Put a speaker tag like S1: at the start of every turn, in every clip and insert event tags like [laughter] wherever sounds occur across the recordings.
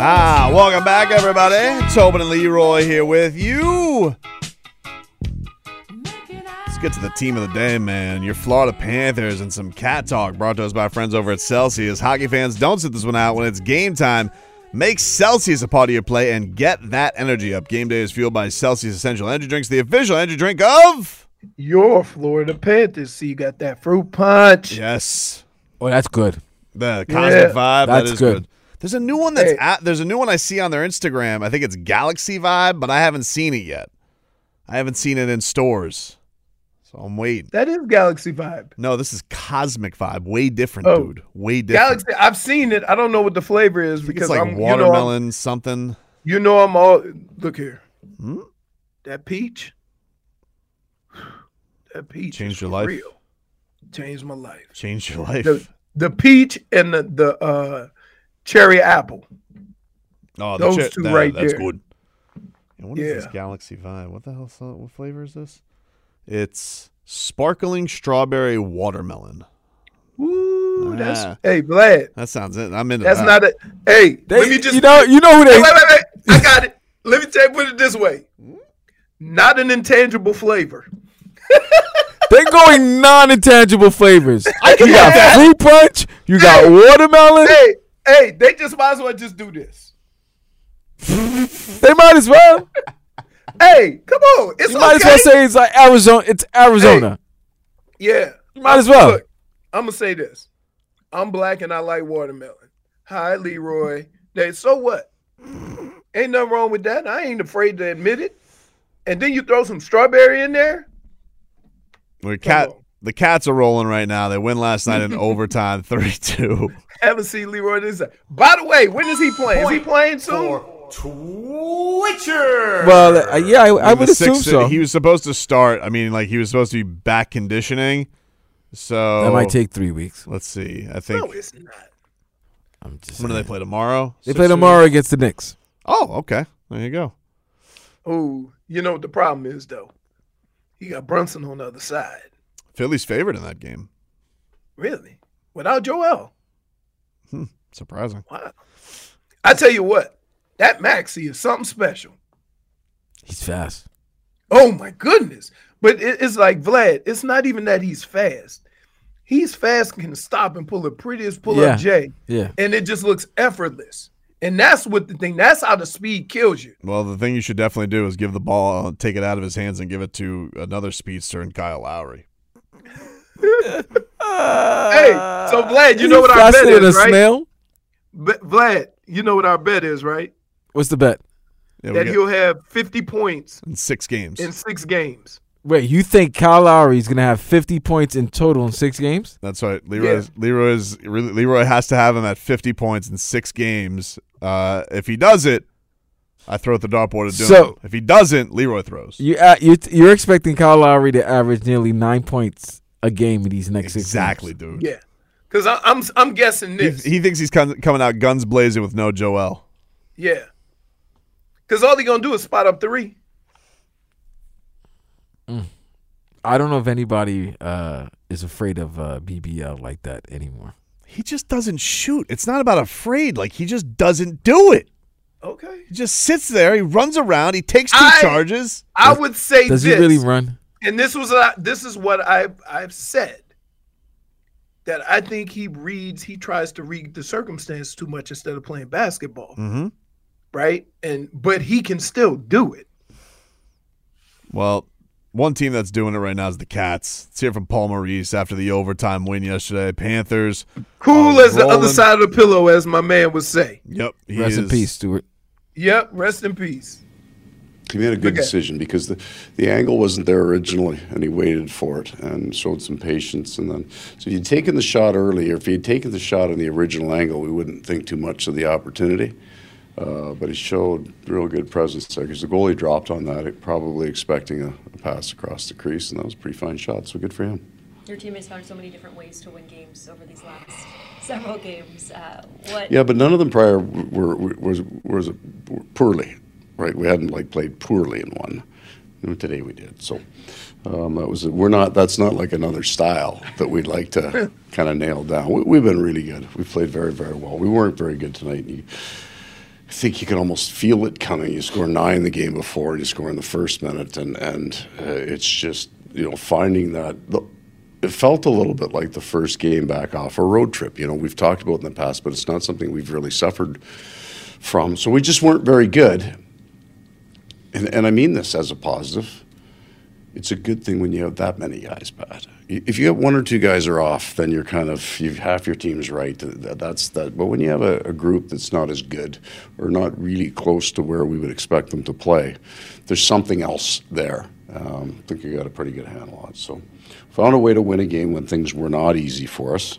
S1: Ah, welcome back, everybody. Tobin and Leroy here with you. Let's get to the team of the day, man. Your Florida Panthers and some cat talk brought to us by friends over at Celsius. Hockey fans, don't sit this one out when it's game time. Make Celsius a part of your play and get that energy up. Game day is fueled by Celsius Essential Energy Drinks, the official energy drink of.
S2: Your Florida Panthers. So you got that fruit punch.
S1: Yes.
S3: Oh, that's good.
S1: The
S2: Yeah.
S1: Cosmic Vibe. that
S3: That's
S1: is
S3: good.
S1: good. There's a new one that's
S2: Hey.
S1: at, there's a new one I see on their Instagram. I think it's Galaxy Vibe, but I haven't seen it yet. I haven't seen it in stores, so I'm waiting.
S2: That is Galaxy vibe.
S1: No, this is Cosmic Vibe. Way different,
S2: Oh.
S1: dude. Way different.
S2: Galaxy. I've seen it. I don't know what the flavor is
S1: I think
S2: because
S1: it's like
S2: I'm
S1: watermelon something.
S2: You know, I'm, you know I'm all look here.
S1: Hmm?
S2: That peach. That peach
S1: Changed
S2: is
S1: your life.
S2: Real. Changed my life.
S1: Changed your life.
S2: The, the peach and the the uh, cherry apple.
S1: oh,
S2: those
S1: chi-
S2: two right
S1: That's
S2: there.
S1: good. And what is this
S2: Yeah.
S1: Galaxy Vibe? What the hell? is that? What flavor is this? It's sparkling strawberry watermelon.
S2: Ooh, that's
S1: Ah.
S2: hey Vlad.
S1: That sounds it. I'm into
S2: That's
S1: that.
S2: not a hey.
S3: They,
S2: let me just
S3: you know, you know who they.
S2: wait, wait, wait, wait.
S3: [laughs]
S2: I got it. Let me take put it this way. Not an intangible flavor.
S3: They're going non-intangible flavors. you got fruit punch. You got watermelon.
S2: Hey, hey, they just might as well just do this.
S3: They might as well.
S2: Hey, come on. It's
S3: You might as
S2: okay.
S3: well say it's like Arizona. It's Arizona.
S2: yeah.
S3: You might as well.
S2: I'm gonna say this. I'm black and I like watermelon. Hi, Leroy. Hey, so what? Ain't nothing wrong with that. I ain't afraid to admit it. And then you throw some strawberry in there.
S1: We're cat.
S2: on.
S1: The cats are rolling right now. They win last night
S2: [laughs]
S1: in overtime, three-two.
S2: Haven't seen Leroy this. By the way, when is he playing? Is he playing soon?
S3: Well, uh, yeah, I, I
S1: In the
S3: would assume
S1: sixth-
S3: so.
S1: He was supposed to start. I mean, like he was supposed to be back conditioning. So
S3: That might take three weeks.
S1: Let's see. I think.
S2: No, it's not.
S3: I'm just.
S1: when do
S3: saying.
S1: they play tomorrow?
S3: They play
S1: Sixers?
S3: tomorrow against the Knicks.
S1: Oh, okay. There you go.
S2: Oh, you know what the problem is though? You got Brunson on the other side.
S1: Philly's favorite in that game.
S2: Really? Without Joel.
S1: Surprising.
S2: Wow. I tell you what, that Maxi is something special.
S3: He's fast.
S2: Oh my goodness. But it- it's like Vlad, it's not even that he's fast. He's fast and can stop and pull the prettiest pull
S3: Yeah.
S2: up J.
S3: Yeah.
S2: And it just looks effortless. And that's what the thing, that's how the speed kills you.
S1: Well, the thing you should definitely do is give the ball, uh, take it out of his hands, and give it to another speedster in Kyle Lowry.
S2: hey, so Vlad, you know what our bet
S3: Uh, Faster than
S2: is,
S3: a
S2: right?
S3: snail.
S2: But Vlad, you know what our bet is, right?
S3: What's the bet?
S1: Yeah, we
S2: That
S1: got-
S2: he'll have 50 points
S1: in six games.
S2: in six games.
S3: Wait, you think Kyle Lowry is gonna have 50 points in total in six games?
S1: That's right. Leroy's Leroy's really, Leroy has to have him at 50 points in six games. Uh, if he does it, I throw at the dartboard to do
S3: So-
S1: If he doesn't, Leroy throws.
S3: You uh, you you're expecting Kyle Lowry to average nearly nine points a game in these next
S1: exactly,
S3: six games.
S1: dude.
S2: Yeah. Because I'm I'm guessing
S1: He,
S2: this.
S1: he thinks he's com- coming out guns blazing with no Joel.
S2: yeah. Because all he going to do is spot up three.
S3: I don't know if anybody uh, is afraid of uh, BBL like that anymore.
S1: He just doesn't shoot. It's not about afraid. Like he just doesn't do it.
S2: Okay.
S1: He just sits there. He runs around. He takes two
S2: I-
S1: charges.
S2: I would say
S3: Does he
S2: this,
S3: really run?
S2: and this was uh, this is what I I've said that I think he reads he tries to read the circumstance too much instead of playing basketball,
S3: Mm-hmm.
S1: Mhm.
S2: right? And but he can still do it.
S1: Well, one team that's doing it right now is the Cats. Let's hear from Paul Maurice after the overtime win yesterday. Panthers.
S2: Cool
S1: are
S2: as the other
S1: rolling.
S2: side of the pillow, as my man would say.
S1: Yep. he
S3: Rest in
S1: is-
S3: peace, Stuart.
S2: Yep, rest in peace.
S4: He made a good
S2: Okay.
S4: decision because the, the angle wasn't there originally, and he waited for it and showed some patience. And then, so if he'd taken the shot earlier, if he'd taken the shot in the original angle, we wouldn't think too much of the opportunity. Uh, but he showed real good presence there because the goalie dropped on that, it- probably expecting a, a pass across the crease, and that was a pretty fine shot. So good for him.
S5: Your team has found so many different ways to win games over these last several games. Uh, what
S4: Yeah, but none of them prior were were was was poorly, right? We hadn't like played poorly in one. And today we did. So um, that was we're not that's not like another style that we'd like to kind of nail down. We, we've been really good. We played very very well. We weren't very good tonight. You, I think you can almost feel it coming. You score nine the game before, and you score in the first minute, and and uh, it's just you know finding that. The, it felt a little bit like the first game back off a road trip. You know, we've talked about it in the past, but it's not something we've really suffered from. So we just weren't very good. And, and I mean this as a positive. It's a good thing when you have that many guys bad. I- If you have one or two guys are off, then you're kind of you half your team's right. Th- th- That's that. But when you have a, a group that's not as good or not really close to where we would expect them to play, there's something else there. Um, I think you got a pretty good handle on it. So found a way to win a game when things were not easy for us.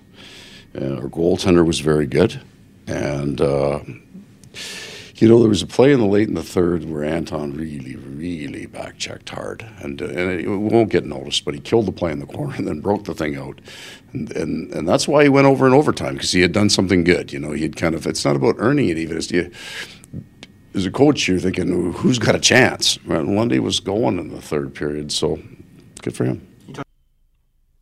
S4: Uh, our goaltender was very good, and. Uh, you know, there was a play in the late in the third where Anton really, really back checked hard. And, uh, and it won't get noticed, but he killed the play in the corner [laughs] and then broke the thing out. And, and, and that's why he went over in overtime, because he had done something good. You know, he had kind of, it's not about earning it even. It's, you, as a coach, you're thinking, who's got a chance? Right? And Lundy was going in the third period, so good for him.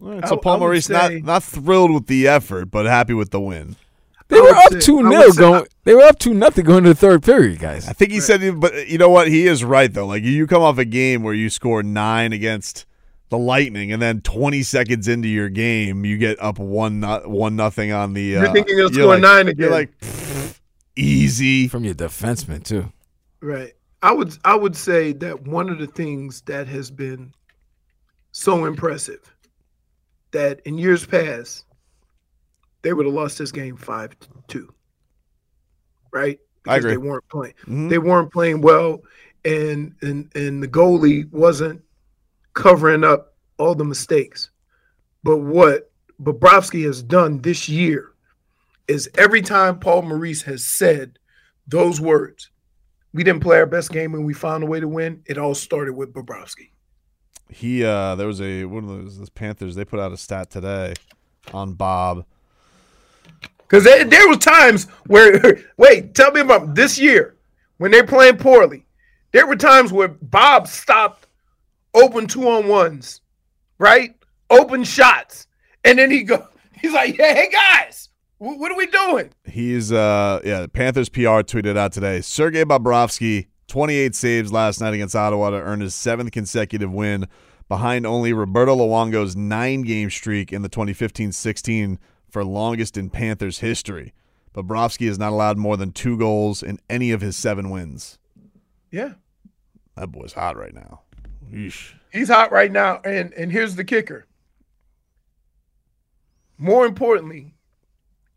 S1: All right, so
S2: I- I
S1: Paul
S2: would
S1: Maurice
S2: say-
S1: not not thrilled with the effort, but happy with the win.
S3: They were
S2: would
S3: up
S2: say- I
S3: two
S2: would
S3: nil
S2: say-
S3: going. They were up two nothing going to the third period, guys.
S1: I think he said, but you know what? He is right though. Like you come off a game where you score nine against the Lightning, and then 20 seconds into your game, you get up one not one nothing on the. Uh,
S2: You're thinking you'll
S1: you're
S2: score
S1: like-
S2: nine
S1: You're
S2: again.
S1: like pfft, easy.
S3: From your defenseman too.
S2: Right. I would I would say that one of the things that has been so impressive that in years past they would have lost this game five two. Right?
S1: I agree.
S2: they weren't playing.
S1: Mhm.
S2: They weren't playing well and and and the goalie wasn't covering up all the mistakes. But what Bobrovsky has done this year is every time Paul Maurice has said those words, we didn't play our best game and we found a way to win. It all started with Bobrovsky.
S1: he uh there was a one of those those Panthers they put out a stat today on Bob.
S2: Because there, there was times where, [laughs] wait, tell me about this year when they're playing poorly. There were times where Bob stopped open two on ones, right? Open shots, and then he go, [laughs] he's like, yeah, hey guys, wh- what are we doing?
S1: He's uh yeah, the Panthers PR tweeted out today. Sergei Bobrovsky, 28 saves last night against Ottawa to earn his seventh consecutive win behind only Roberto Luongo's 9-game streak in the 2015-16 for longest in Panthers history. Bobrovsky has not allowed more than 2 goals in any of his 7 wins.
S2: Yeah,
S1: That boy's hot right now. Yeesh.
S2: he's hot right now, and and here's the kicker. More importantly,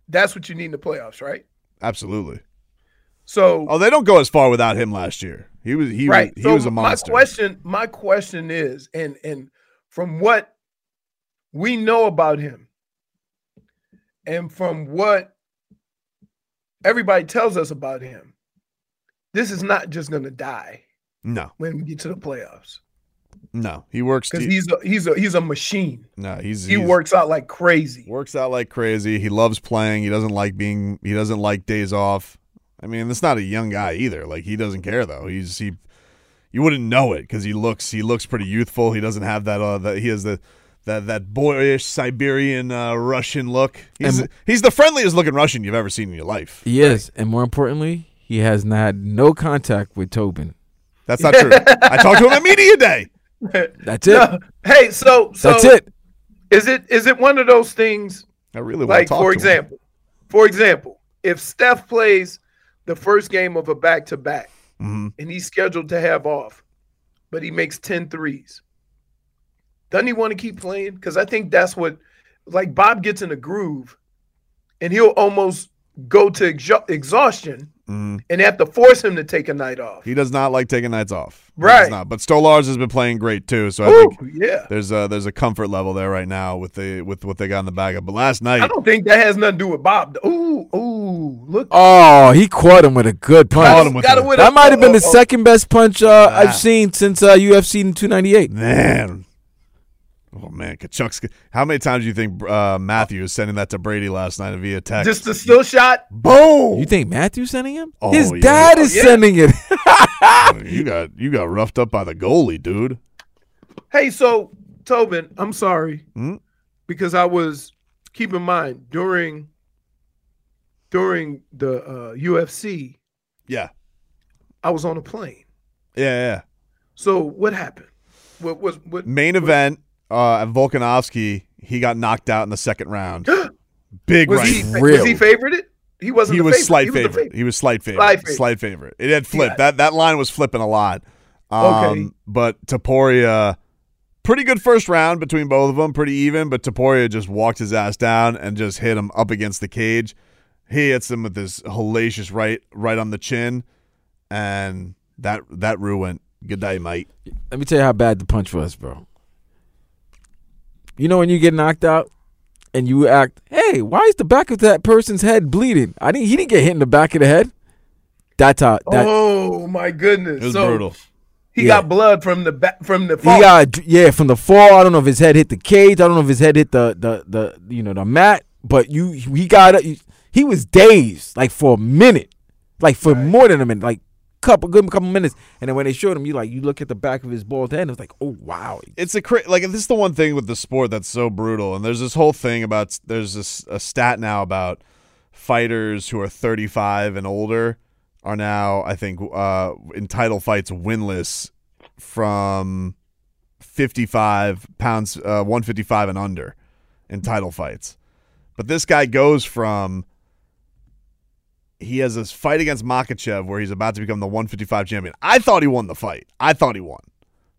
S2: that's what you need in the playoffs, right?
S1: Absolutely.
S2: So
S1: Oh, they don't go as far without him last year. He was he
S2: right.
S1: was, he
S2: so
S1: was a monster.
S2: My question, my question is, and and from what we know about him, and from what everybody tells us about him, this is not just going to die
S1: No,
S2: when we get to the playoffs
S1: no, he works.
S2: because
S1: he-
S2: he's a he's a he's a machine.
S1: no, he's
S2: He
S1: he's-
S2: works out like crazy.
S1: works out like crazy. He loves playing. He doesn't like being. He doesn't like days off. I mean, that's not a young guy either. Like he doesn't care though. He's he. You wouldn't know it because he looks he looks pretty youthful. He doesn't have that uh that he has the that that boyish Siberian uh, Russian look. He's, he's the friendliest looking Russian you've ever seen in your life.
S3: He is, and more importantly, he has not had no contact with Tobin.
S2: [laughs]
S1: That's not true. I talked to him at media day.
S3: That's it.
S2: No. Hey, so, [laughs] so
S3: That's it.
S2: Is it is it one of those things?
S1: I really want
S2: Like
S1: to talk
S2: for
S1: to him.
S2: example, for example, if Steph plays the first game of a back to back
S1: Mhm.
S2: and he's scheduled to have off, but he makes 10 threes, doesn't he want to keep playing? Because I think that's what like Bob gets in a groove and he'll almost go to exha- exhaustion
S1: Mhm.
S2: and have to force him to take a night off.
S1: He does not like taking nights off. He does
S2: Right.
S1: not. But Stolars has been playing great too. So I
S2: Ooh,
S1: think
S2: yeah.
S1: there's a there's a comfort level there right now with the with what they got in the bag of. But last
S2: I
S1: night,
S2: don't think that has nothing to do with Bob. though. Ooh, ooh, look.
S3: Oh, he caught him with a good punch.
S1: Caught him with
S2: Got
S1: a-
S2: it with
S3: That
S2: a-
S3: might have been the
S2: oh, oh,
S3: second best punch uh, I've seen since uh, UFC 298.
S1: man. Oh man, Kachuk's. How many times do you think uh, Matthew is sending that to Brady last night via text?
S2: Just a still shot.
S1: boom.
S3: You think Matthew's sending him?
S1: Oh,
S3: His
S1: yeah.
S3: dad is
S2: Yeah.
S3: sending it.
S1: you got you got roughed up by the goalie, dude.
S2: Hey, so Tobin, I'm sorry
S1: Hmm?
S2: because I was keep in mind during during the uh, UFC,
S1: Yeah,
S2: I was on a plane.
S1: yeah, yeah.
S2: So what happened? What was what?
S1: Main event. Uh, Volkanovski. He got knocked out in the
S2: [gasps]
S1: second round. Big
S2: was
S1: right.
S2: he was
S3: Real.
S2: he favored it? He wasn't.
S1: he
S2: the
S1: was
S2: favorite.
S1: slight
S2: he
S1: favorite.
S2: Was the favorite.
S1: He was slight favorite.
S2: Slight
S1: Slight
S2: favorite.
S1: favorite. It had flipped. That that line was flipping a lot. Um,
S2: Okay.
S1: But Taporia, pretty good first round between both of them, pretty even. But Taporia just walked his ass down and just hit him up against the cage. He hits him with this hellacious right, right on the chin, and that that Rue went good day, mate.
S3: Let me tell you how bad the punch was, bro. You know when you get knocked out and you act, hey, why is the back of that person's head bleeding? I didn't. He didn't get hit in the back of the head. That's how. That,
S2: oh my goodness!
S1: It was
S2: so
S1: brutal.
S2: He
S3: Yeah.
S2: got blood from the back from the.
S3: He
S2: Fall.
S3: got yeah from the fall. I don't know if his head hit the cage. I don't know if his head hit the the the you know the mat. But you he got he was dazed like for a minute, like for more than a minute, like couple good couple minutes. And then when they showed him, you like you look at the back of his bald head. and It was like oh wow.
S1: it's a cra- like this is the one thing with the sport that's so brutal and there's this whole thing about there's this a stat now about fighters who are 35 and older are now i think uh in title fights winless from 55 pounds uh 155 and under in title fights but this guy goes from he has this fight against Makachev where he's about to become the 155 champion. I thought he won the fight. I thought he won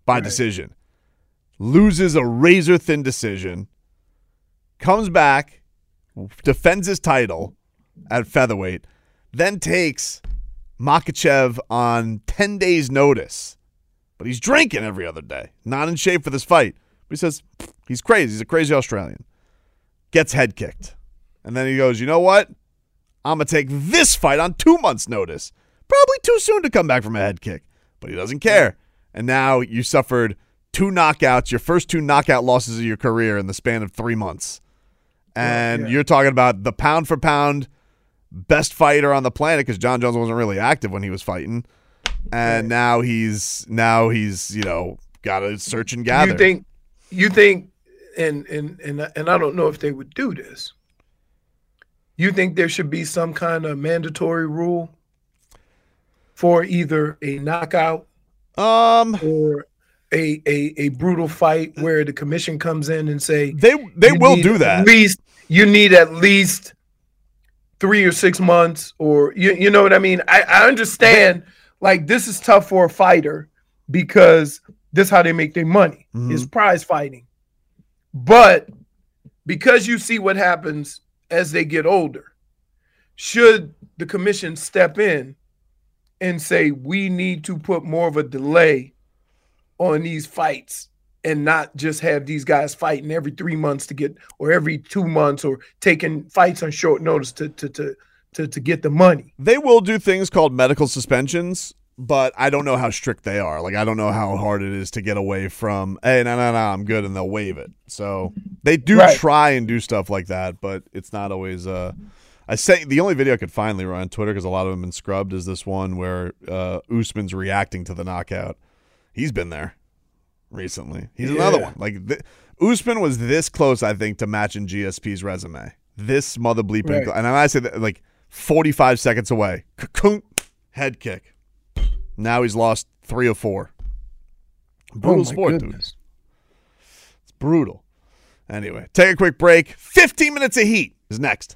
S1: by decision. Loses a razor thin decision. Comes back, defends his title at featherweight, then takes Makachev on 10 days' notice. But he's drinking every other day, not in shape for this fight. But he says, he's crazy. He's a crazy Australian. Gets head kicked. And then he goes, you know what? I'm going to take this fight on two months' notice. Probably too soon to come back from a head kick, but he doesn't care. And now you suffered two knockouts, your first two knockout losses of your career in the span of three months. And you're talking about the pound for pound best fighter on the planet because John Jones wasn't really active when he was fighting. And now he's, now he's, you know, got to search and gather.
S2: You think? You think? And and and I- and I don't know if they would do this. You think there should be some kind of mandatory rule for either a knockout
S1: um,
S2: or a a, a brutal fight where the commission comes in and say
S1: they, they
S2: you
S1: will
S2: need
S1: do
S2: At
S1: that.
S2: least you need at least three or six months, or you you know what I mean. I, I understand. Like this is tough for a fighter because this how they make their money is prize fighting. But because you see what happens as they get older, should the commission step in and say we need to put more of a delay on these fights and not just have these guys fighting every three months to get or every two months or taking fights on short notice to to to to, to get the money.
S1: They will do things called medical suspensions, but I don't know how strict they are. Like I don't know how hard it is to get away from. Hey, no, no, no, I'm good, and they'll waive it. So they do
S2: Right.
S1: try and do stuff like that, but it's not always. Uh, I say the only video I could find Leroy on Twitter because a lot of them been scrubbed is this one where uh, Usman's reacting to the knockout. He's been there. recently. He's another
S2: Yeah.
S1: one. Like th- Usman was this close, I think, to matching GSP's resume. This mother bleeping,
S2: Right.
S1: cl- and I said that, like forty five seconds away, K-kunk, head kick. Now he's lost three or four. Brutal
S2: Oh my
S1: sport, dude.
S2: goodness.
S1: It's brutal. Anyway, take a quick break. Fifteen minutes of heat is next.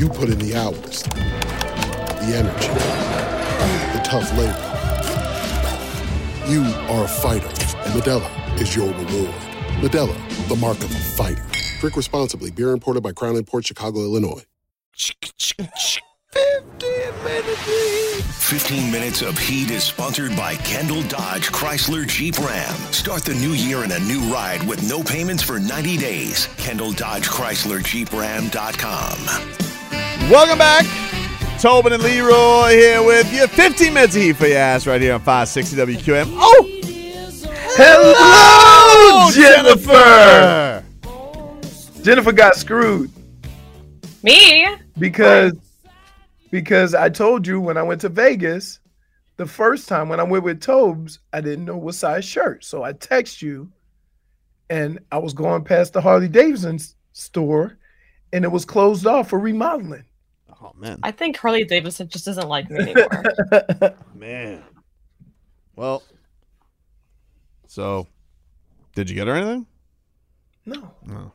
S6: You put in the hours, the energy, the tough labor. You are a fighter, and Medella is your reward. Medella, the mark of a fighter. Drink responsibly. Beer imported by Crown Port Chicago, Illinois.
S7: 15 Minutes of Heat is sponsored by Kendall Dodge Chrysler Jeep Ram. Start the new year in a new ride with no payments for 90 days. Kendall Dodge Chrysler Jeep Ram.com.
S1: Welcome back. Tobin and Leroy here with you. 15 minutes of heat for your ass right here on 560 WQM. Oh!
S2: Hello, Jennifer. Jennifer got screwed
S5: Me?
S2: because because I told you when I went to Vegas the first time when I went with Tobes, I didn't know what size shirt. So I text you and I was going past the Harley Davidson s- store and it was closed off for remodeling.
S1: Oh man.
S8: I think Harley Davidson just doesn't like me anymore.
S1: Man. Well. So, did you get her anything?
S2: [laughs] No.
S1: No. Uh-huh.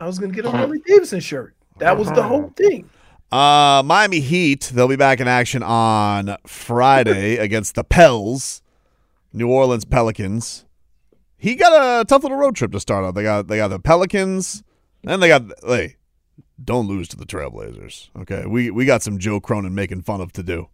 S2: I was gonna get a Harley Davidson shirt. That was the whole thing.
S1: Uh, Miami Heat, they'll be back in action on [laughs] Friday against the Pels, New Orleans Pelicans. He got a tough little road trip to start out. They got they got the Pelicans, and they got hey, don't lose to the Trailblazers. Okay, we we got some Joe Cronin making fun of to do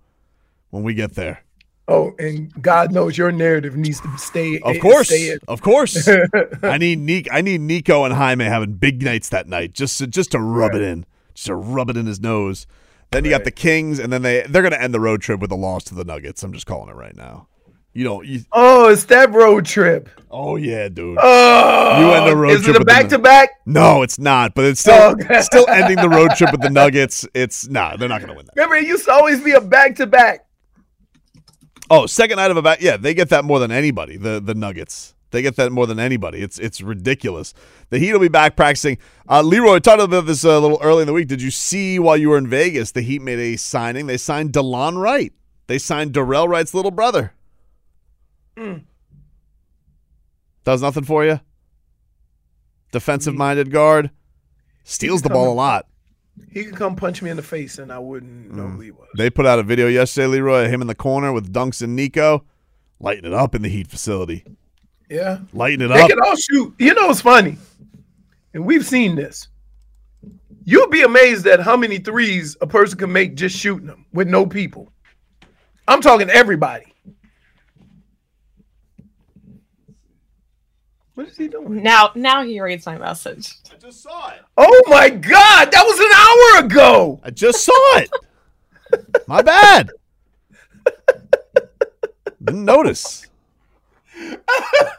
S1: when we get there.
S2: Oh, and God knows your narrative needs to stay.
S1: Of course,
S2: stay in.
S1: of course.
S2: [laughs]
S1: I need Nick. I need Nico and Jaime having big nights that night, just to, just to rub it in, just to rub it in his nose. Then you got the Kings, and then they they're going to end the road trip with a loss to the Nuggets. I'm just calling it right now. You don't. You,
S2: Oh, it's that road trip.
S1: oh yeah, dude.
S2: Oh,
S1: you end the road
S2: is it
S1: trip
S2: a
S1: with the
S2: back to
S1: Nu-
S2: back?
S1: No, it's not. But it's still
S2: Oh, [laughs] okay.
S1: still ending the road trip with the Nuggets. It's nah, they're not going to win that.
S2: Remember, it used to always be a back to back.
S1: Oh, second night of a back. Yeah, they get that more than anybody. The the Nuggets. They get that more than anybody. It's it's ridiculous. The Heat will be back practicing. Uh, Leroy talked about this uh, a little early in the week. Did you see while you were in Vegas? The Heat made a signing. They signed DeLon Wright. They signed Darrell Wright's little brother.
S2: Mm.
S1: Does nothing for you. Defensive minded guard. Steals the ball a lot.
S2: He could come punch me in the face, and I wouldn't know who he was.
S1: Mm. They put out a video yesterday, Leroy, of him in the corner with Dunks and Nico, lighting it up in the Heat facility.
S2: Yeah,
S1: Lighting it
S2: they
S1: up.
S2: can all shoot. You know, it's funny, and we've seen this. You'll be amazed at how many threes a person can make just shooting them with no people. I'm talking everybody. What is he doing?
S8: now, now he reads my message.
S1: I just saw it.
S2: Oh my God, that was an hour ago.
S1: I just saw it. My bad. Didn't notice. I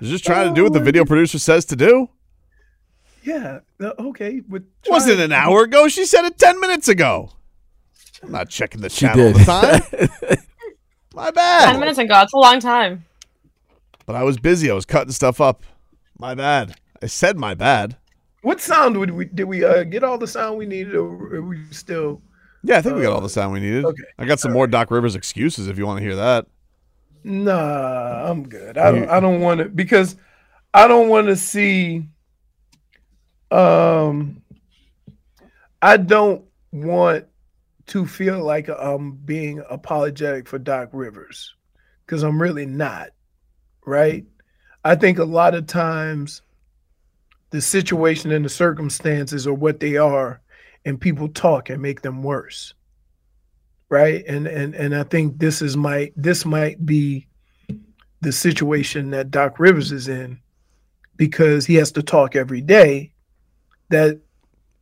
S1: was just trying to do what the video producer says to do.
S2: Yeah. no, Okay. But
S1: Wasn't an hour ago. She said it ten minutes ago. I'm not checking the channel all
S3: did.
S1: the time. My bad.
S8: Ten minutes ago. It's a long time.
S1: But I was busy. I was cutting stuff up. My bad. I said my bad.
S2: What sound would we did we uh, get all the sound we needed, or are we still?
S1: Yeah, I think we got all the sound we needed. I got some more Doc Rivers excuses if you want to hear that.
S2: Nah, I'm good. I don't, I don't want to because I don't want to see. Um, I don't want to feel like I'm being apologetic for Doc Rivers because I'm really not. Right? I think a lot of times the situation and the circumstances are what they are, and people talk and make them worse right and and and i think this is my this might be the situation that doc rivers is in because he has to talk every day that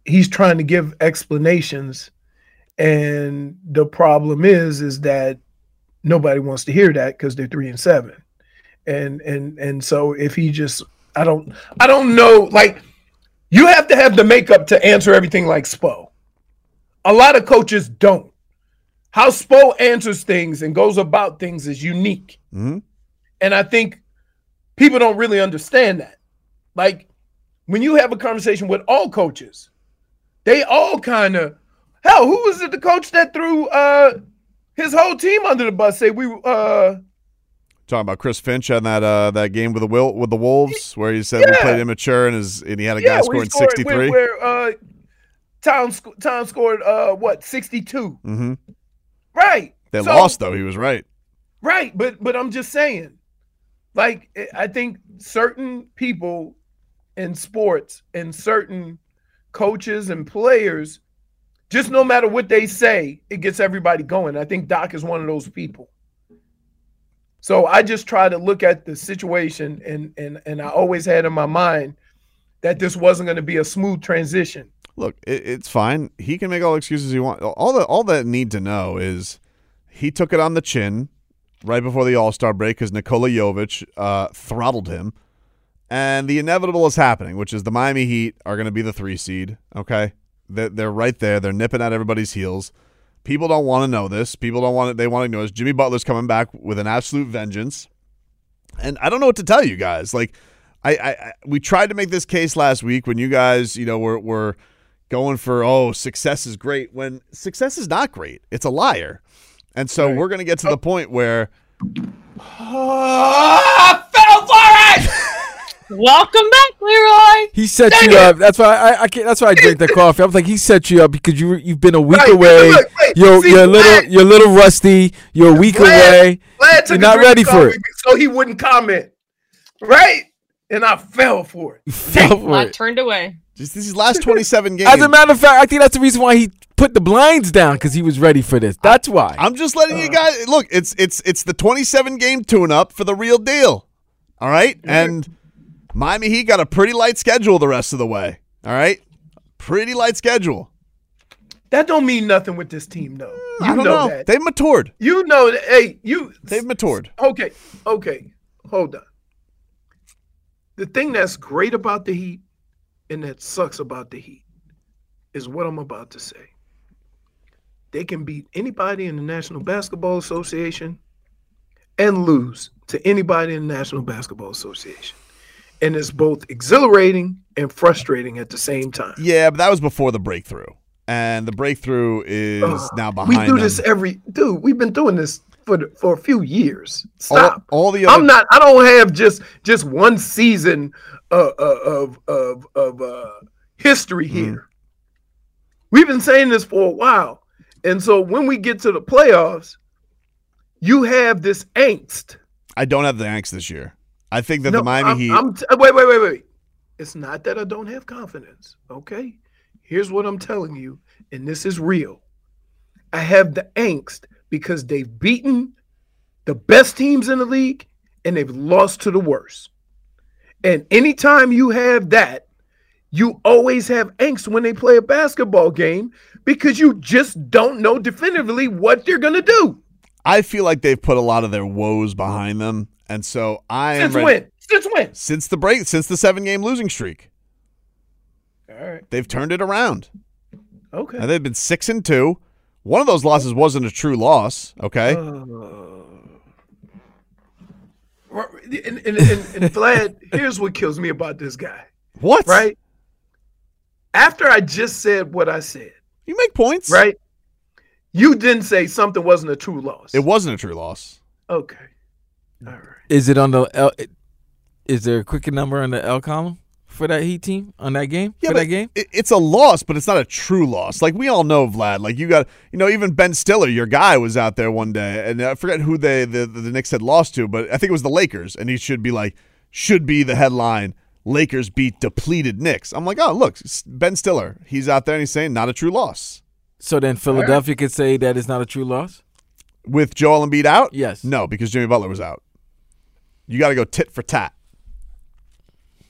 S2: he's trying to give explanations and the problem is is that nobody wants to hear that because they're three and seven and and and so if he just i don't i don't know like you have to have the makeup to answer everything like spo a lot of coaches don't how Spo answers things and goes about things is unique.
S1: Hmm?
S2: And I think people don't really understand that. Like when you have a conversation with all coaches, they all kind of hell, who was it the coach that threw uh his whole team under the bus say we uh
S1: Talking about Chris Finch on that uh, that game with the Wil- with the Wolves, where he said we
S2: Yeah.
S1: played immature and his and he had a
S2: yeah,
S1: guy
S2: we
S1: scoring
S2: scored
S1: sixty
S2: where,
S1: three.
S2: where uh Town sc- Town scored uh what 62.
S1: Mm-hmm.
S2: Right.
S1: They
S2: So-
S1: lost though. He was right.
S2: Right, but but I'm just saying, like eh, I- I think certain people in sports and certain coaches and players, just no matter what they say, it gets everybody going. I think Doc is one of those people. So I just try to look at the situation and and and I always had in my mind that this wasn't going to be a smooth transition.
S1: Look, it, it's fine. He can make all the excuses he wants. All that all that need to know is he took it on the chin right before the All Star break because Nikola Jovic uh, throttled him, and the inevitable is happening, which is the Miami Heat are going to be the three seed. Okay, they're, they're right there. They're nipping at everybody's heels. People don't want to know this. People don't want it. They want to know this. Jimmy Butler's coming back with an absolute vengeance and I don't know what to tell you guys. Like, I, I, I we tried to make this case last week when you guys, you know, were were going for oh success is great when success is not great. It's a liar, and so we're gonna get to
S3: Oh.
S1: the point where
S8: Welcome back, Leroy.
S3: He set you up. That's why I, I can't, that's why I drank the coffee. I was like, he set you up because you were- you've been a week away. you're
S2: see,
S3: you're a little
S2: Vlad-
S3: you're a little rusty. You're a week away.
S2: Vlad took
S3: You're
S2: a
S3: not
S2: drink
S3: ready
S2: of
S3: for
S2: coffee
S3: it.
S2: so he wouldn't comment, right? And I fell for it.
S3: [laughs]
S8: I turned away.
S1: Just these last twenty seven games.
S3: As a matter of fact, I think that's the reason why he put the blinds down because he was ready for this. That's why.
S1: I'm just letting
S3: Uh.
S1: you guys look. It's it's it's the 27 game tune up for the real deal. All right, and Miami Heat got a pretty light schedule the rest of the way. All right, pretty light schedule.
S2: That don't mean nothing with this team, though.
S1: I
S2: You
S1: don't know.
S2: that.
S1: They've matured.
S2: You know that. Hey, you.
S1: They've matured.
S2: Okay, okay. Hold on. The thing that's great about the Heat and that sucks about the Heat is what I'm about to say. They can beat anybody in the National Basketball Association and lose to anybody in the National Basketball Association. And it's both exhilarating and frustrating at the same time.
S1: Yeah, but that was before the breakthrough, and the breakthrough is
S2: Ugh,
S1: now
S2: we
S1: behind.
S2: do
S1: them.
S2: this every dude. We've been doing this for the- for a few years.
S1: All-
S2: Stop.
S1: all the other-
S2: I'm not. I don't have just just one season uh, uh, of of of uh, history
S1: Mm-hmm.
S2: here. We've been saying this for a while, and so when we get to the playoffs, you have this angst.
S1: I don't have the angst this year. I think that the Miami
S2: I'm,
S1: Heat.
S2: I'm t- uh, wait, wait, wait, wait. It's not that I don't have confidence. Okay. Here's what I'm telling you, and this is real. I have the angst because they've beaten the best teams in the league and they've lost to the worst. And anytime you have that, you always have angst when they play a basketball game because you just don't know definitively what they're going to do.
S1: I feel like they've put a lot of their woes behind them, and so I am
S2: Since
S1: ready-
S2: when? Since when?
S1: Since the break, since the seven game losing streak.
S2: All right.
S1: They've turned it around.
S2: Okay.
S1: And they've been six and two. One of those losses wasn't a true loss. Okay.
S2: And, and, and, and Vlad, here's what kills me about this guy.
S1: What?
S2: Right? After I just said what I said.
S1: You make points.
S2: Right? You didn't say something wasn't a true loss.
S1: It wasn't a true loss.
S2: Okay.
S3: Is it on the L? Is there a quicker number on the L column for that Heat team on that game? for that game?
S1: it- it's a loss, but it's not a true loss. Like we all know, Vlad. Like you got, you know, even Ben Stiller, your guy, was out there one day, and I forget who they the the Knicks had lost to, but I think it was the Lakers, and he should be like should be the headline. Lakers beat depleted Knicks. I'm like, oh look, S- Ben Stiller, he's out there and he's saying not a true loss.
S3: So then Philadelphia could say that it's not a true loss.
S1: with Joel Embiid out?
S3: Yes.
S1: No, because Jimmy Butler was out. You got to go tit for tat.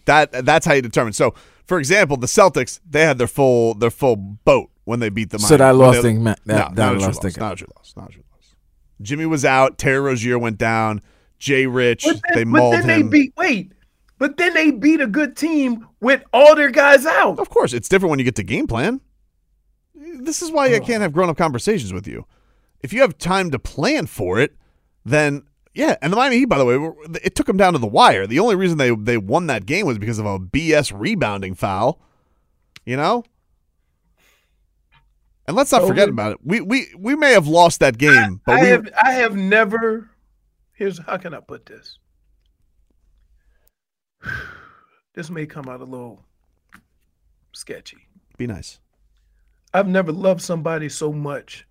S1: That that's how you determine. So, for example, the Celtics they had their full their full boat when they beat the Miami.
S3: So that
S1: When
S3: loss
S1: they-
S3: thing ma- that-
S1: no,
S3: that
S1: not a true
S3: loss
S1: loss.
S3: thing-
S1: Not a true loss. Not a true loss. Jimmy was out. Terry Rozier went down. Jay Rich they mauled
S2: then
S1: him.
S2: they beat wait. But then they beat a good team with all their guys out.
S1: Of course, it's different when you get to game plan. This is why
S2: Oh.
S1: I can't have grown up conversations with you. If you have time to plan for it, then yeah. And the Miami Heat, by the way, were- it took them down to the wire. The only reason they they won that game was because of a BS rebounding foul. You know. And let's not
S2: So
S1: forget
S2: we-
S1: about it. We we we may have lost that game, but
S2: [laughs] I
S1: we
S2: have I have never here's how can I put this? [sighs] This may come out a little sketchy.
S1: be nice.
S2: I've never loved somebody so much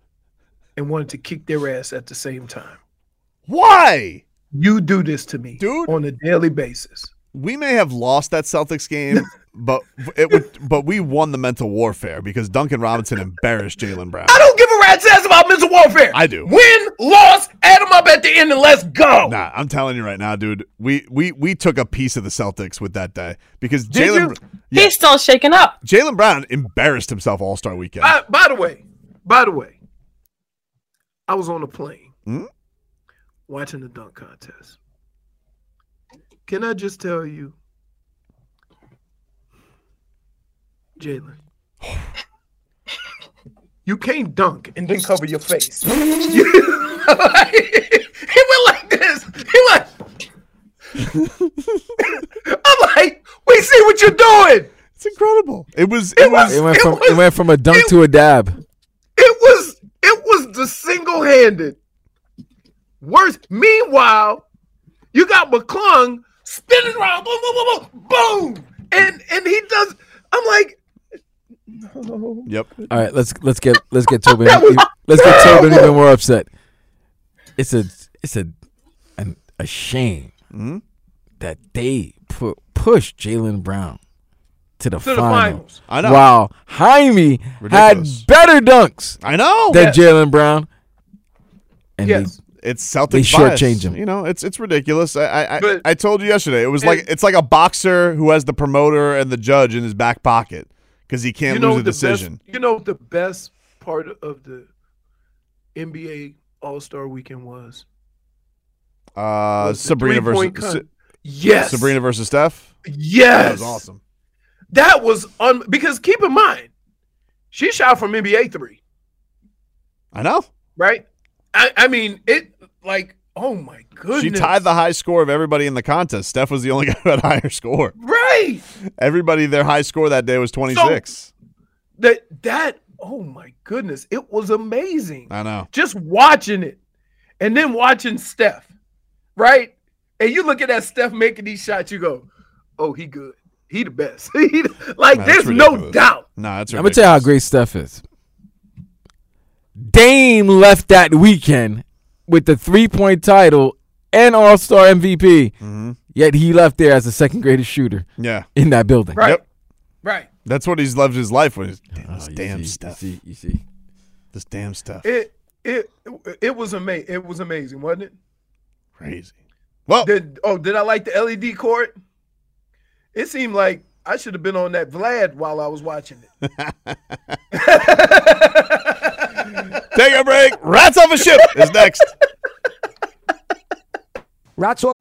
S2: and wanted to kick their ass at the same time.
S1: Why?
S2: You do this to me,
S1: dude,
S2: on a daily basis.
S1: We may have lost that Celtics game, but it would, but we won the mental warfare because Duncan Robinson embarrassed Jalen Brown.
S2: I don't give a rat's ass about mental warfare.
S1: I do.
S2: Win, loss, add them up at the end and let's go.
S1: Nah, I'm telling you right now, dude. We we we took a piece of the Celtics with that day because
S8: Did
S1: Jalen
S8: you? He's still shaken up.
S1: Jalen Brown embarrassed himself All Star Weekend.
S2: By, by the way, by the way, I was on a plane
S1: Hmm?
S2: watching the dunk contest. Can I just tell you, Jalen, you can't dunk and then cover your face. [laughs] You- he went like [laughs] this. He went. I'm like, we see what you're doing.
S1: It's incredible. It was. It,
S2: was.
S3: It went
S2: it
S3: from
S2: was-
S3: it went from a dunk to a dab.
S2: it was it was the single-handed worst. Meanwhile, you got McClung spinning around, boom, boom, boom, boom, boom, and and he does. I'm like, no.
S1: Yep.
S3: All right, let's let's get let's get Tobin. e,
S2: That was
S3: let's get
S2: terrible.
S3: Tobin even more upset. It's a it's a an, a shame
S2: Mm-hmm.
S3: that they put push Jalen Brown to the,
S2: To the
S3: finals.
S2: finals. I know.
S3: Wow, Jaime
S1: Ridiculous.
S3: had better dunks.
S1: I know.
S3: than Jalen Brown. And
S2: Oh, Yes.
S1: It's Celtics.
S3: They
S1: bias.
S3: shortchange him.
S1: You know, it's it's ridiculous. I I, I,
S2: But-
S1: I told you yesterday. It was like it's like a boxer who has the promoter and the judge in his back pocket because he can't lose a
S2: the
S1: decision.
S2: Best, you know what the best part of the NBA All Star Weekend was
S1: Uh,
S2: Was the
S1: Sabrina versus
S2: three-point
S1: Sa-
S2: con- Yes.
S1: Sabrina versus Steph.
S2: Yes,
S1: that was awesome.
S2: That was un- because keep in mind, she shot from NBA three.
S1: I know.
S2: right? I, I mean, it like, oh my goodness,
S1: She tied the high score of everybody in the contest. Steph was the only [laughs] guy who had a higher score.
S2: right.
S1: Everybody, their high score that day was 26.
S2: That that oh my goodness, it was amazing.
S1: I know.
S2: Just watching it, and then watching Steph, right? And you look at that Steph making these shots, you go, oh, he good, he the best. [laughs] He the- like,
S1: Man, that's
S2: there's no
S1: ridiculous.
S2: doubt.
S1: No, that's
S3: I'm gonna tell you how great Steph is. Dame left that weekend with the three point title and All Star MVP. Yet he left there as the second greatest shooter
S1: Yeah.
S3: in that building.
S2: Right.
S1: Yep.
S2: Right.
S1: That's what he's loved his life with. Damn, this
S3: Oh, you
S1: damn
S3: see,
S1: stuff.
S3: You see, you see.
S1: This damn stuff.
S2: It it it was amazing. It was amazing, wasn't it?
S1: Crazy. Well,
S2: Did oh did I like the LED court? It seemed like I should have been on that Vlad while I was watching it.
S3: [laughs]
S1: take a break. Rats off a ship is next.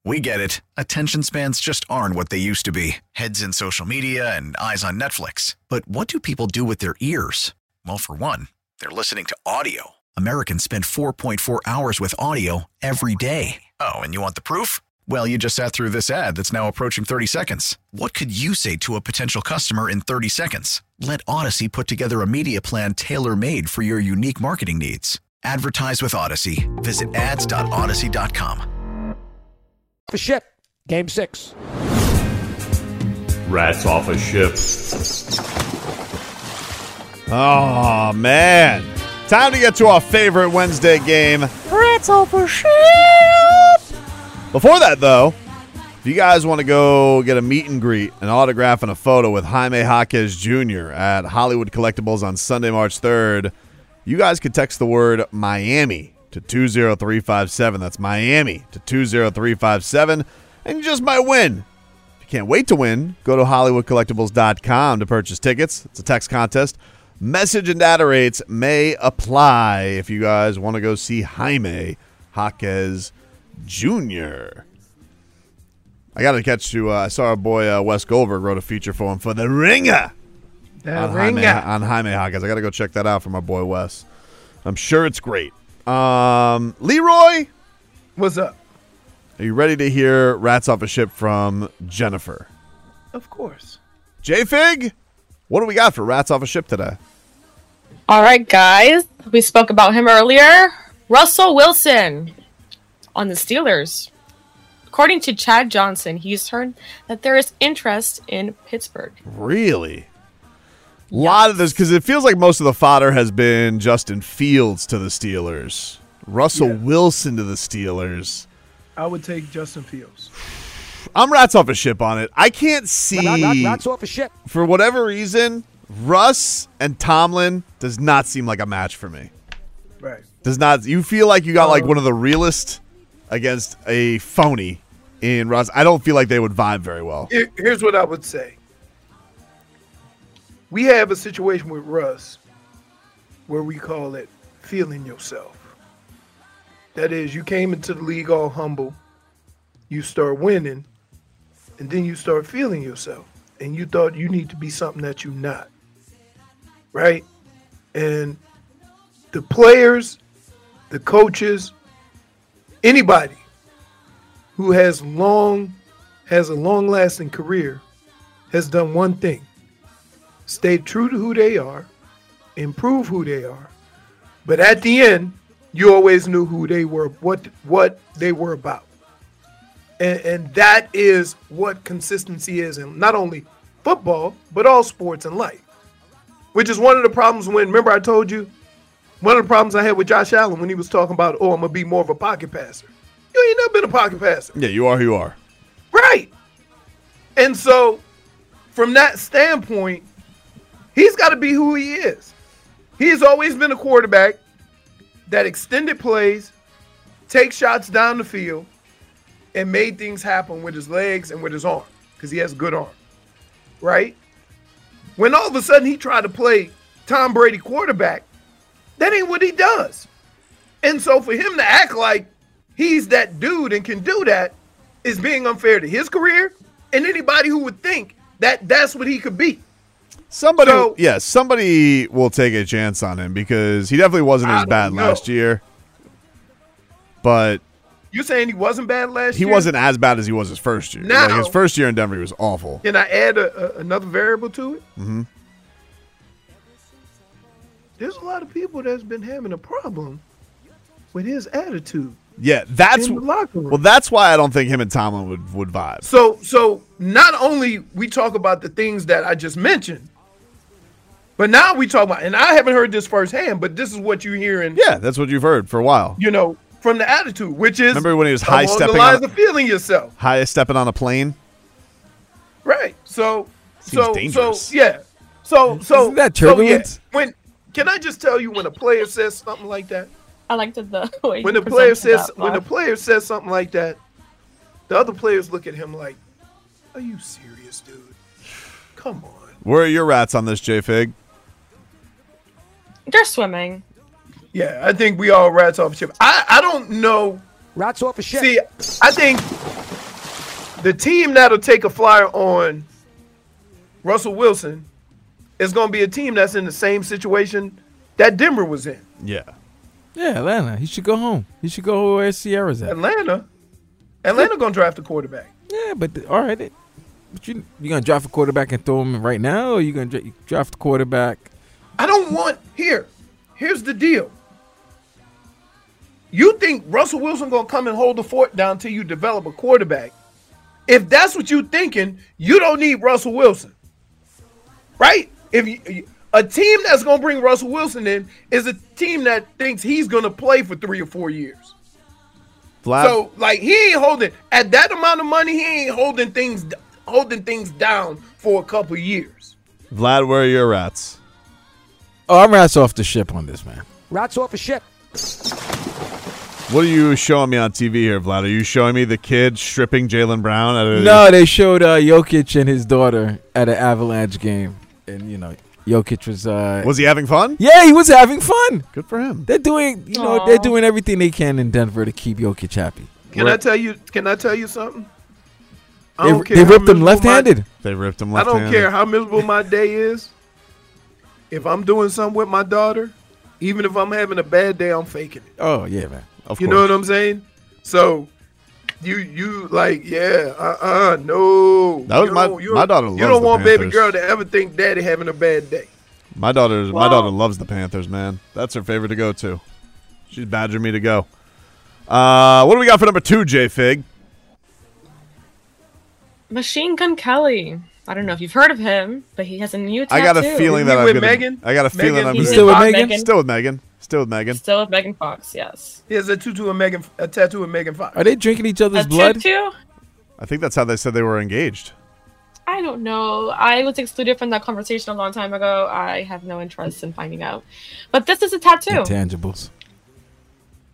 S9: We get it. Attention spans just aren't what they used to be heads in social media and eyes on Netflix. But what do people do with their ears? Well, for one, they're listening to audio. Americans spend 4.4 hours with audio every day. Oh, and you want the proof? Well, you just sat through this ad that's now approaching 30 seconds. What could you say to a potential customer in 30 seconds? Let Odyssey put together a media plan tailor made for your unique marketing needs. Advertise with Odyssey. Visit ads.odyssey.com.
S10: a ship. Game six.
S11: Rats off a ship.
S1: Oh, man. Time to get to our favorite Wednesday game.
S10: Rats over ship.
S1: Before that, though, if you guys want to go get a meet and greet, an autograph, and a photo with Jaime Jaquez Jr. at Hollywood Collectibles on Sunday, March 3rd, you guys could text the word Miami to 20357. That's Miami to 20357, and you just might win. If you can't wait to win, go to HollywoodCollectibles.com to purchase tickets. It's a text contest. Message and data rates may apply if you guys want to go see Jaime Jaquez Jr. I got to catch you. Uh, I saw our boy uh, Wes Goldberg wrote a feature for him for The Ringer.
S2: The
S1: on Jaime,
S2: Ringer.
S1: on Jaime Hawkins. Uh-huh, I got to go check that out for my boy Wes. I'm sure it's great. Um, Leroy,
S2: what's up?
S1: Are you ready to hear "Rats Off a Ship" from Jennifer?
S2: Of course.
S1: J Fig, what do we got for "Rats Off a Ship" today?
S8: All right, guys. We spoke about him earlier. Russell Wilson on the Steelers. According to Chad Johnson, he's heard that there is interest in Pittsburgh.
S1: Really? A lot of this because it feels like most of the fodder has been Justin Fields to the Steelers, Russell Wilson to the Steelers.
S2: I would take Justin Fields.
S1: I'm rats off a ship on it. I can't see
S2: Rat- rat- rats off a ship.
S1: for whatever reason. Russ and Tomlin does not seem like a match for me.
S2: Right.
S1: Does not you feel like you got like one of the realest against a phony in Russ? I don't feel like they would vibe very well.
S2: Here- here's what I would say. We have a situation with Russ where we call it feeling yourself. That is, you came into the league all humble, you start winning, and then you start feeling yourself. And you thought you need to be something that you're not. Right? And the players, the coaches, anybody who has long has a long lasting career has done one thing stay true to who they are, improve who they are. But at the end, you always knew who they were, what what they were about. And, and that is what consistency is in not only football, but all sports and life. Which is one of the problems when, remember, I told you, one of the problems I had with Josh Allen when he was talking about, oh, I'm going to be more of a pocket passer. You ain't never been a pocket passer.
S1: Yeah, you are who you are.
S2: Right. And so, from that standpoint, he's got to be who he is. He's always been a quarterback that extended plays, takes shots down the field, and made things happen with his legs and with his arm because he has a good arm. Right? When all of a sudden he tried to play Tom Brady quarterback, that ain't what he does. And so, for him to act like he's that dude and can do that, is being unfair to his career and anybody who would think that that's what he could be.
S1: Somebody, yeah, somebody will take a chance on him because he definitely wasn't as bad
S2: know.
S1: last year. But
S2: You saying he wasn't bad last
S1: he
S2: year?
S1: wasn't as bad as he was his first year. Like, his
S2: No.
S1: first year in Denver, he was awful.
S2: Can I add a, a, another variable to it?
S1: hmm
S2: There's a lot of people that's been having a problem with his attitude.
S1: Yeah, that's
S2: In the locker room.
S1: well. That's why I don't think him and Tomlin would would vibe.
S2: So so not only we talk about the things that I just mentioned, but now we talk about and I haven't heard this firsthand, but this is what you're hearing,
S1: Yeah, that's what you've heard for a while.
S2: you know, from the attitude, which is
S1: Remember when he was high
S2: along
S1: stepping
S2: the lines
S1: on-
S2: of feeling yourself.
S1: Highest stepping on a plane.
S2: Right. So
S1: Seems
S2: so
S1: dangerous.
S2: so yeah. So so
S1: Isn't that
S2: So,
S1: turbulent?
S2: yeah. When can I just tell you when a player says something like that?
S8: I liked it the [laughs] way
S2: When
S8: you
S2: the player
S8: presented
S2: says
S8: that
S2: when the
S8: thought.
S2: player says something like that, the other players look at him like, "Are you serious, dude? Come on."
S1: Where are your rats on this, J Fig?
S8: They're swimming.
S2: Yeah, I think we all rats off the ship. I I don't know
S10: Rats off a ship.
S2: See, I think the team that'll take a flyer on Russell Wilson is going to be a team that's in the same situation that Denver was in.
S1: Yeah.
S3: Yeah, Atlanta. He should go home. He should go where Sierra's at.
S2: Atlanta, Atlanta going to draft a quarterback.
S3: Yeah, but the- all right. it- but you you gonna draft a quarterback and throw him in right now, or you gonna dra- draft a quarterback?
S2: I don't want here. Here's the deal. You think Russell Wilson gonna come and hold the fort down till you develop a quarterback? If that's what you're thinking, you don't need Russell Wilson, right? If you, a team that's gonna bring Russell Wilson in is a team that thinks he's gonna play for three or four years.
S1: Vlad,
S2: So like he ain't holding at that amount of money, he ain't holding things holding things down for a couple years.
S1: Vlad, where are your rats?
S3: Oh, I'm rats off the ship on this man.
S10: Rats off a ship.
S1: What are you showing me on TV here, Vlad? Are you showing me the kid stripping Jalen Brown? At a,
S3: No, they showed uh, Jokic and his daughter at an Avalanche game, and you know Jokic was. Uh,
S1: Was he having fun?
S3: Yeah, he was having fun.
S1: Good for him.
S3: They're doing, you know, they're doing everything they can in Denver to keep Jokic happy.
S2: Can I tell you? Can I tell you something? I
S3: They,
S2: don't care
S3: they
S2: how
S3: ripped him
S2: miserable
S3: left-handed.
S1: They ripped him
S2: My, I
S1: left
S2: don't care how miserable my day is. If I'm doing something with my daughter, even if I'm having a bad day, I'm faking it.
S3: Oh yeah, man. Of
S2: you
S3: course.
S2: know what I'm saying? So you you like yeah uh uh no.
S1: That was
S2: you
S1: my-
S2: don't- you
S1: my
S2: don't-
S1: daughter
S2: You
S1: loves
S2: don't
S1: the
S2: want baby
S1: Panthers.
S2: girl to ever think daddy having a bad day.
S1: My daughter, my
S2: Wow.
S1: daughter loves the Panthers, man. That's her favorite to go to. She's badgering me to go. Uh, what do we got for number two, J Fig?
S8: Machine Gun Kelly. I don't know if you've heard of him, but he has a new
S1: I
S8: tattoo.
S1: got a feeling that I'm
S2: with
S1: gonna,
S2: Megan?
S1: I got a
S2: Megan?
S1: feeling I'm
S8: He's
S1: gonna-
S8: still with Megan? Megan?
S1: Still with Megan. Still with Megan.
S8: Still with Megan Fox, yes.
S2: He has a tattoo of Megan, a tattoo of Megan Fox.
S3: Are they drinking each other's
S8: a
S3: blood?
S8: tattoo?
S1: I think that's how they said they were engaged.
S8: I don't know. I was excluded from that conversation a long time ago. I have no interest in finding out. But this is a tattoo.
S3: Intangibles.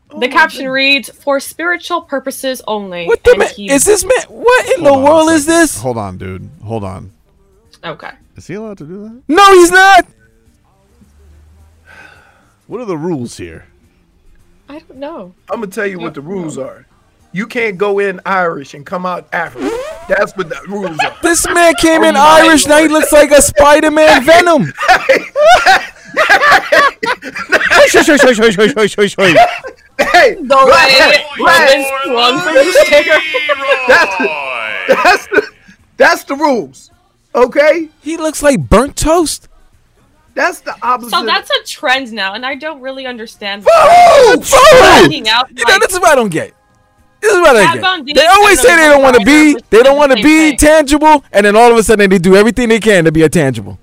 S2: Oh,
S8: the caption reads, "For spiritual purposes only."
S3: What the
S8: and
S3: man?
S8: he's-
S3: Is this man? What in
S1: Hold
S3: the
S1: on a
S3: world is
S1: second.
S3: this?
S1: Hold on, dude. Hold on.
S8: Okay.
S1: Is he allowed to do that?
S3: No, he's not.
S1: What are the rules here?
S8: I don't know.
S2: I'm gonna tell you what the rules are. You can't go in Irish and come out African. That's what the rules are.
S3: This man came
S8: Oh,
S3: in Irish. Now he looks like
S8: [laughs]
S3: a Spider-Man Venom.
S1: [laughs]
S2: Hey,
S8: the way Robin swung from his chair.
S2: that's, that's, the, that's the rules. Okay?
S3: He looks like burnt toast.
S2: That's the opposite.
S8: So that's a trend now, and I don't really understand.
S1: Oh,
S3: Woo! Woo! You
S8: Fucking out,
S3: know, this is what I don't get. This is what I
S8: Bad
S3: don't
S8: Bunny
S3: get.
S8: did
S3: They always
S8: kind
S3: say
S8: of
S3: they don't want to
S8: look
S3: be,
S8: like
S3: they
S8: Robin
S3: don't want to
S8: Hood,
S3: be
S8: same thing.
S3: tangible, and then all of a sudden they do everything they can to be a tangible.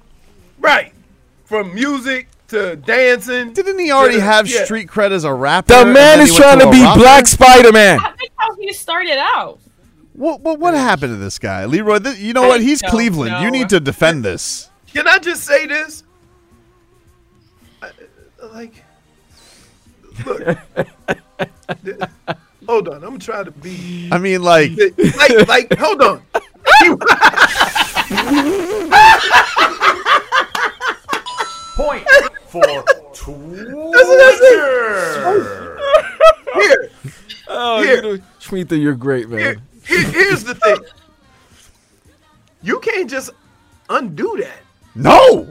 S2: right. From music to dancing.
S1: Didn't he already
S2: to-
S1: have
S2: yeah.
S1: street cred as a rapper?
S3: The
S1: and
S3: man
S1: then
S3: is
S1: he
S3: trying
S1: went
S3: to
S1: a
S3: be
S1: rock
S3: Black
S1: band?
S3: Spider-Man.
S8: That's how he started out.
S1: What, what what happened to this guy, Leroy? Th- you know
S8: I
S1: what? He's
S8: don't
S1: Cleveland. You
S8: know.
S1: need to defend this.
S2: Can I just say this? I- like, look. Th- hold on. I'm trying to be.
S1: I mean, like,
S2: Like, like hold on.
S10: Point for
S2: That's what I said.
S10: Twitter.
S2: Here,
S3: Oh,
S2: Here.
S3: you know, Schmeetha, you're great,
S2: here,
S3: man.
S2: here- here's the thing. You can't just undo that.
S1: no.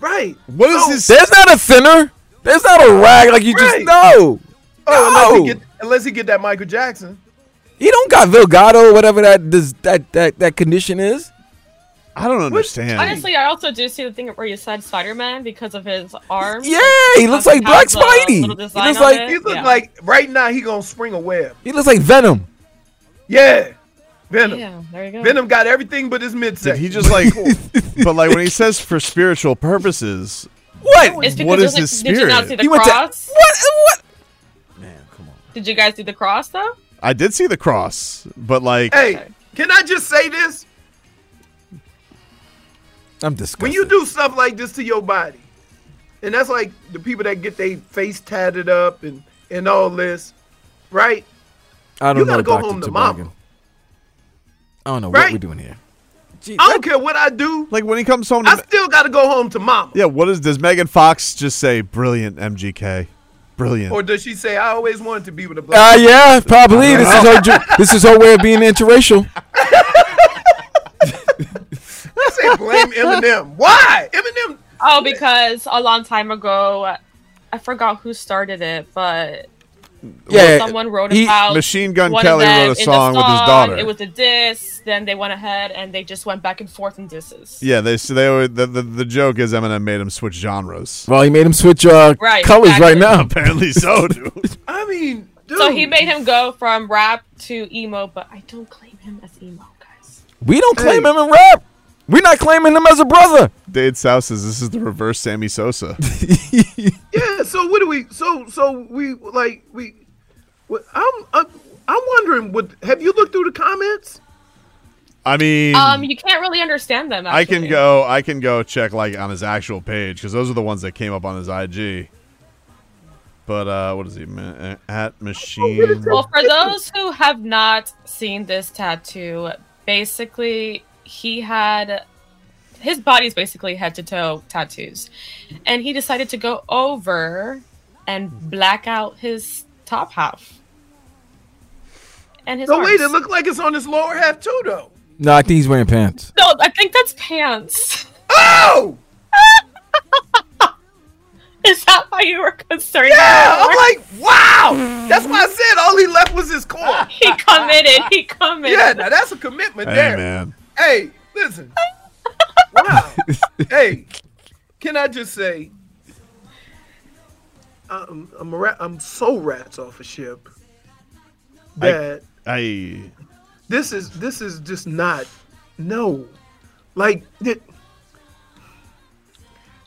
S2: Right.
S1: What is
S2: No.
S1: this?
S3: There's not a thinner. There's not a rag like you just
S2: Right.
S3: know.
S2: Oh, unless
S3: No.
S2: he get unless he get that Michael Jackson.
S3: He don't got Vilgato, whatever that does, that that that condition is.
S1: I don't understand.
S8: Honestly, I also do see the thing where you said Spider-Man because of his arms.
S3: Yeah, he looks like Black
S8: Because it has a
S3: Spidey. He
S8: little
S3: looks
S8: design on
S3: like
S8: it.
S2: He look
S8: Yeah.
S2: like right now he gonna spring a web.
S3: he looks like Venom.
S2: Yeah, Venom.
S8: Yeah, there you go.
S2: Venom got everything but his
S1: Did
S2: midsection.
S1: he just like? [laughs] but like when he says for spiritual purposes,
S3: What?
S8: It's because
S1: What is
S8: there's, like-
S1: his
S8: Did you not
S1: spirit?
S8: see the
S3: He went to-
S8: cross?
S3: What? What?
S8: Did you guys see the cross though?
S1: I did see the cross, but like,
S2: hey, can I just say this?
S3: I'm disgusted.
S2: When you do stuff like this to your body, and that's like the people that get their face tatted up and and all this, right?
S3: I don't
S2: you
S3: know,
S2: gotta go
S3: Dr.
S2: home to
S3: Toboggan.
S2: mama.
S3: I don't know what
S2: Right?
S3: we're doing here. Gee,
S2: I don't care what I do.
S1: like when he comes home, to
S2: I still gotta go home to mama.
S1: yeah. What is does Megan Fox just say? Brilliant, MGK. Brilliant.
S2: Or does she say, I always wanted to be with a black
S3: Ah,
S2: man"?
S3: yeah, probably. This is her. ju- This is her way of being [laughs] interracial.
S2: I say blame Eminem. Why? Eminem.
S8: Oh, because a long time ago, I forgot who started it, but
S1: Yeah,
S8: someone wrote
S1: Eh, he-
S8: about
S1: Machine Gun
S8: one of
S1: Kelly
S8: them
S1: wrote a
S8: in the
S1: song with his
S8: song,
S1: daughter.
S8: It was a diss. Then they went ahead and they just went back and forth in disses.
S1: Yeah, they so they were the, the the joke is Eminem made him switch genres.
S3: Well, he made him switch uh,
S8: Right,
S3: colors right
S8: exactly.
S3: now.
S1: Apparently [laughs] so, dude.
S2: I mean,
S8: So he made him go from rap to emo, but I don't claim him as emo.
S3: We don't claim him in rap. We're not claiming him as a brother.
S1: Dade South says this is the reverse Sammy Sosa.
S2: Yeah. So what do we? So so we like we. what- I'm I'm, I'm wondering. What have you looked through the comments?
S1: I mean,
S8: Um, you can't really understand them. Actually.
S1: I can go I can go check like on his actual page because those are the ones that came up on his IG. But uh what is he ma- at machine?
S8: Well,
S2: [laughs]
S8: for those who have not seen this tattoo, basically he had his body's basically head to toe tattoos, and he decided to go over and black out his top half and his.
S2: So wait, it
S8: arms.
S2: looked like it's on his lower half too, though.
S3: No, I think he's wearing pants.
S8: No, I think that's pants.
S2: Oh!
S8: [laughs] Is that why you were concerned?
S2: Yeah, I'm like, wow. That's why I said all he left was his core.
S8: [laughs] he committed. He committed.
S2: Yeah, now that's a commitment there.
S1: man.
S2: Hey, listen. wow. Hey, can I just say, I'm I'm, a rat, I'm so rats off a ship that
S1: I
S2: this is this is just not no, like it,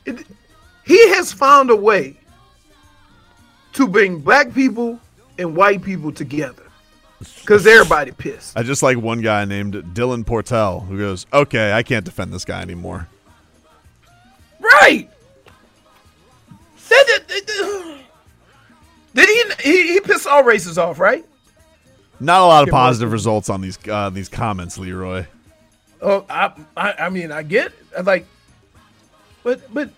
S2: it, he has found a way to bring black people and white people together because everybody pissed.
S1: I just like one guy named Dylan Portel who goes, "Okay, I can't defend this guy anymore."
S2: Right. That, that- that- that- did he, he he pissed all races off, right?
S1: Not a lot of positive results on these uh, these comments, Leroy.
S2: Oh, I, I I mean I get it. I like, but but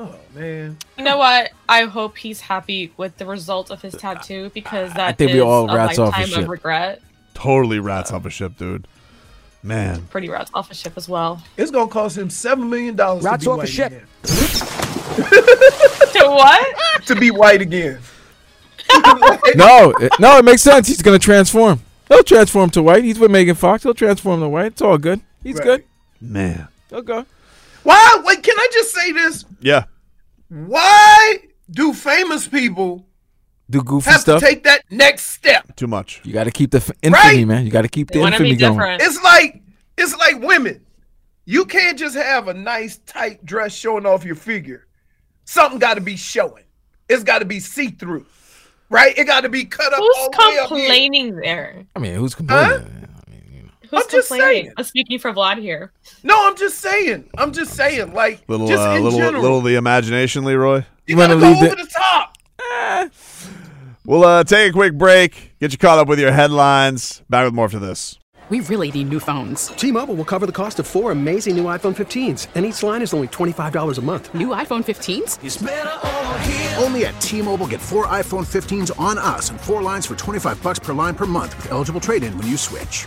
S2: oh man,
S8: You know what? I hope he's happy with the result of his tattoo because that
S1: think we
S8: is
S1: all
S8: a
S1: rats off
S8: lifetime
S1: his
S8: of
S1: shit.
S8: regret.
S1: Totally rats off a ship, dude. Man,
S8: Pretty rats off a ship as well.
S2: it's gonna cost him seven million dollars to
S8: Rats
S2: be
S8: off a
S2: white
S8: ship.
S2: again.
S8: [laughs] to what?
S2: [laughs] to be white again.
S3: no, it, no, it makes sense. He's gonna transform. He'll transform to white. He's with Megan Fox. He'll transform to white. It's all good. He's
S2: Right.
S3: good.
S1: man.
S3: Okay.
S2: Why? Wait, can I just say this?
S1: Yeah.
S2: Why do famous people
S3: Do goofy
S2: have
S3: stuff.
S2: to take that next step?
S1: Too much.
S3: You got to keep the f- infamy, man. You got to keep the infamy going.
S2: It's like it's like women. You can't just have a nice tight dress showing off your figure. Something got to be showing. It's got to be see through, right? It got to be cut up.
S8: Who's
S2: all the way up here.
S8: complaining there?
S3: I mean, who's complaining?
S8: Who's
S2: I'm just
S8: complaining? I'm speaking for Vlad here.
S2: No, I'm just saying. I'm just saying. Like
S1: Little
S2: just
S1: uh,
S2: in
S1: little
S2: general,
S1: little of the imagination, Leroy.
S2: You gotta go over the top.
S1: We'll uh, take a quick break. Get you caught up with your headlines. Back with more after this.
S12: We really need new phones. T-Mobile will cover the cost of four amazing new iPhone 15s, and each line is only $25 a month.
S13: New iPhone 15s?
S14: Only at T-Mobile, get four iPhone 15s on us and four lines for 25 bucks per line per month with eligible trade-in when you switch.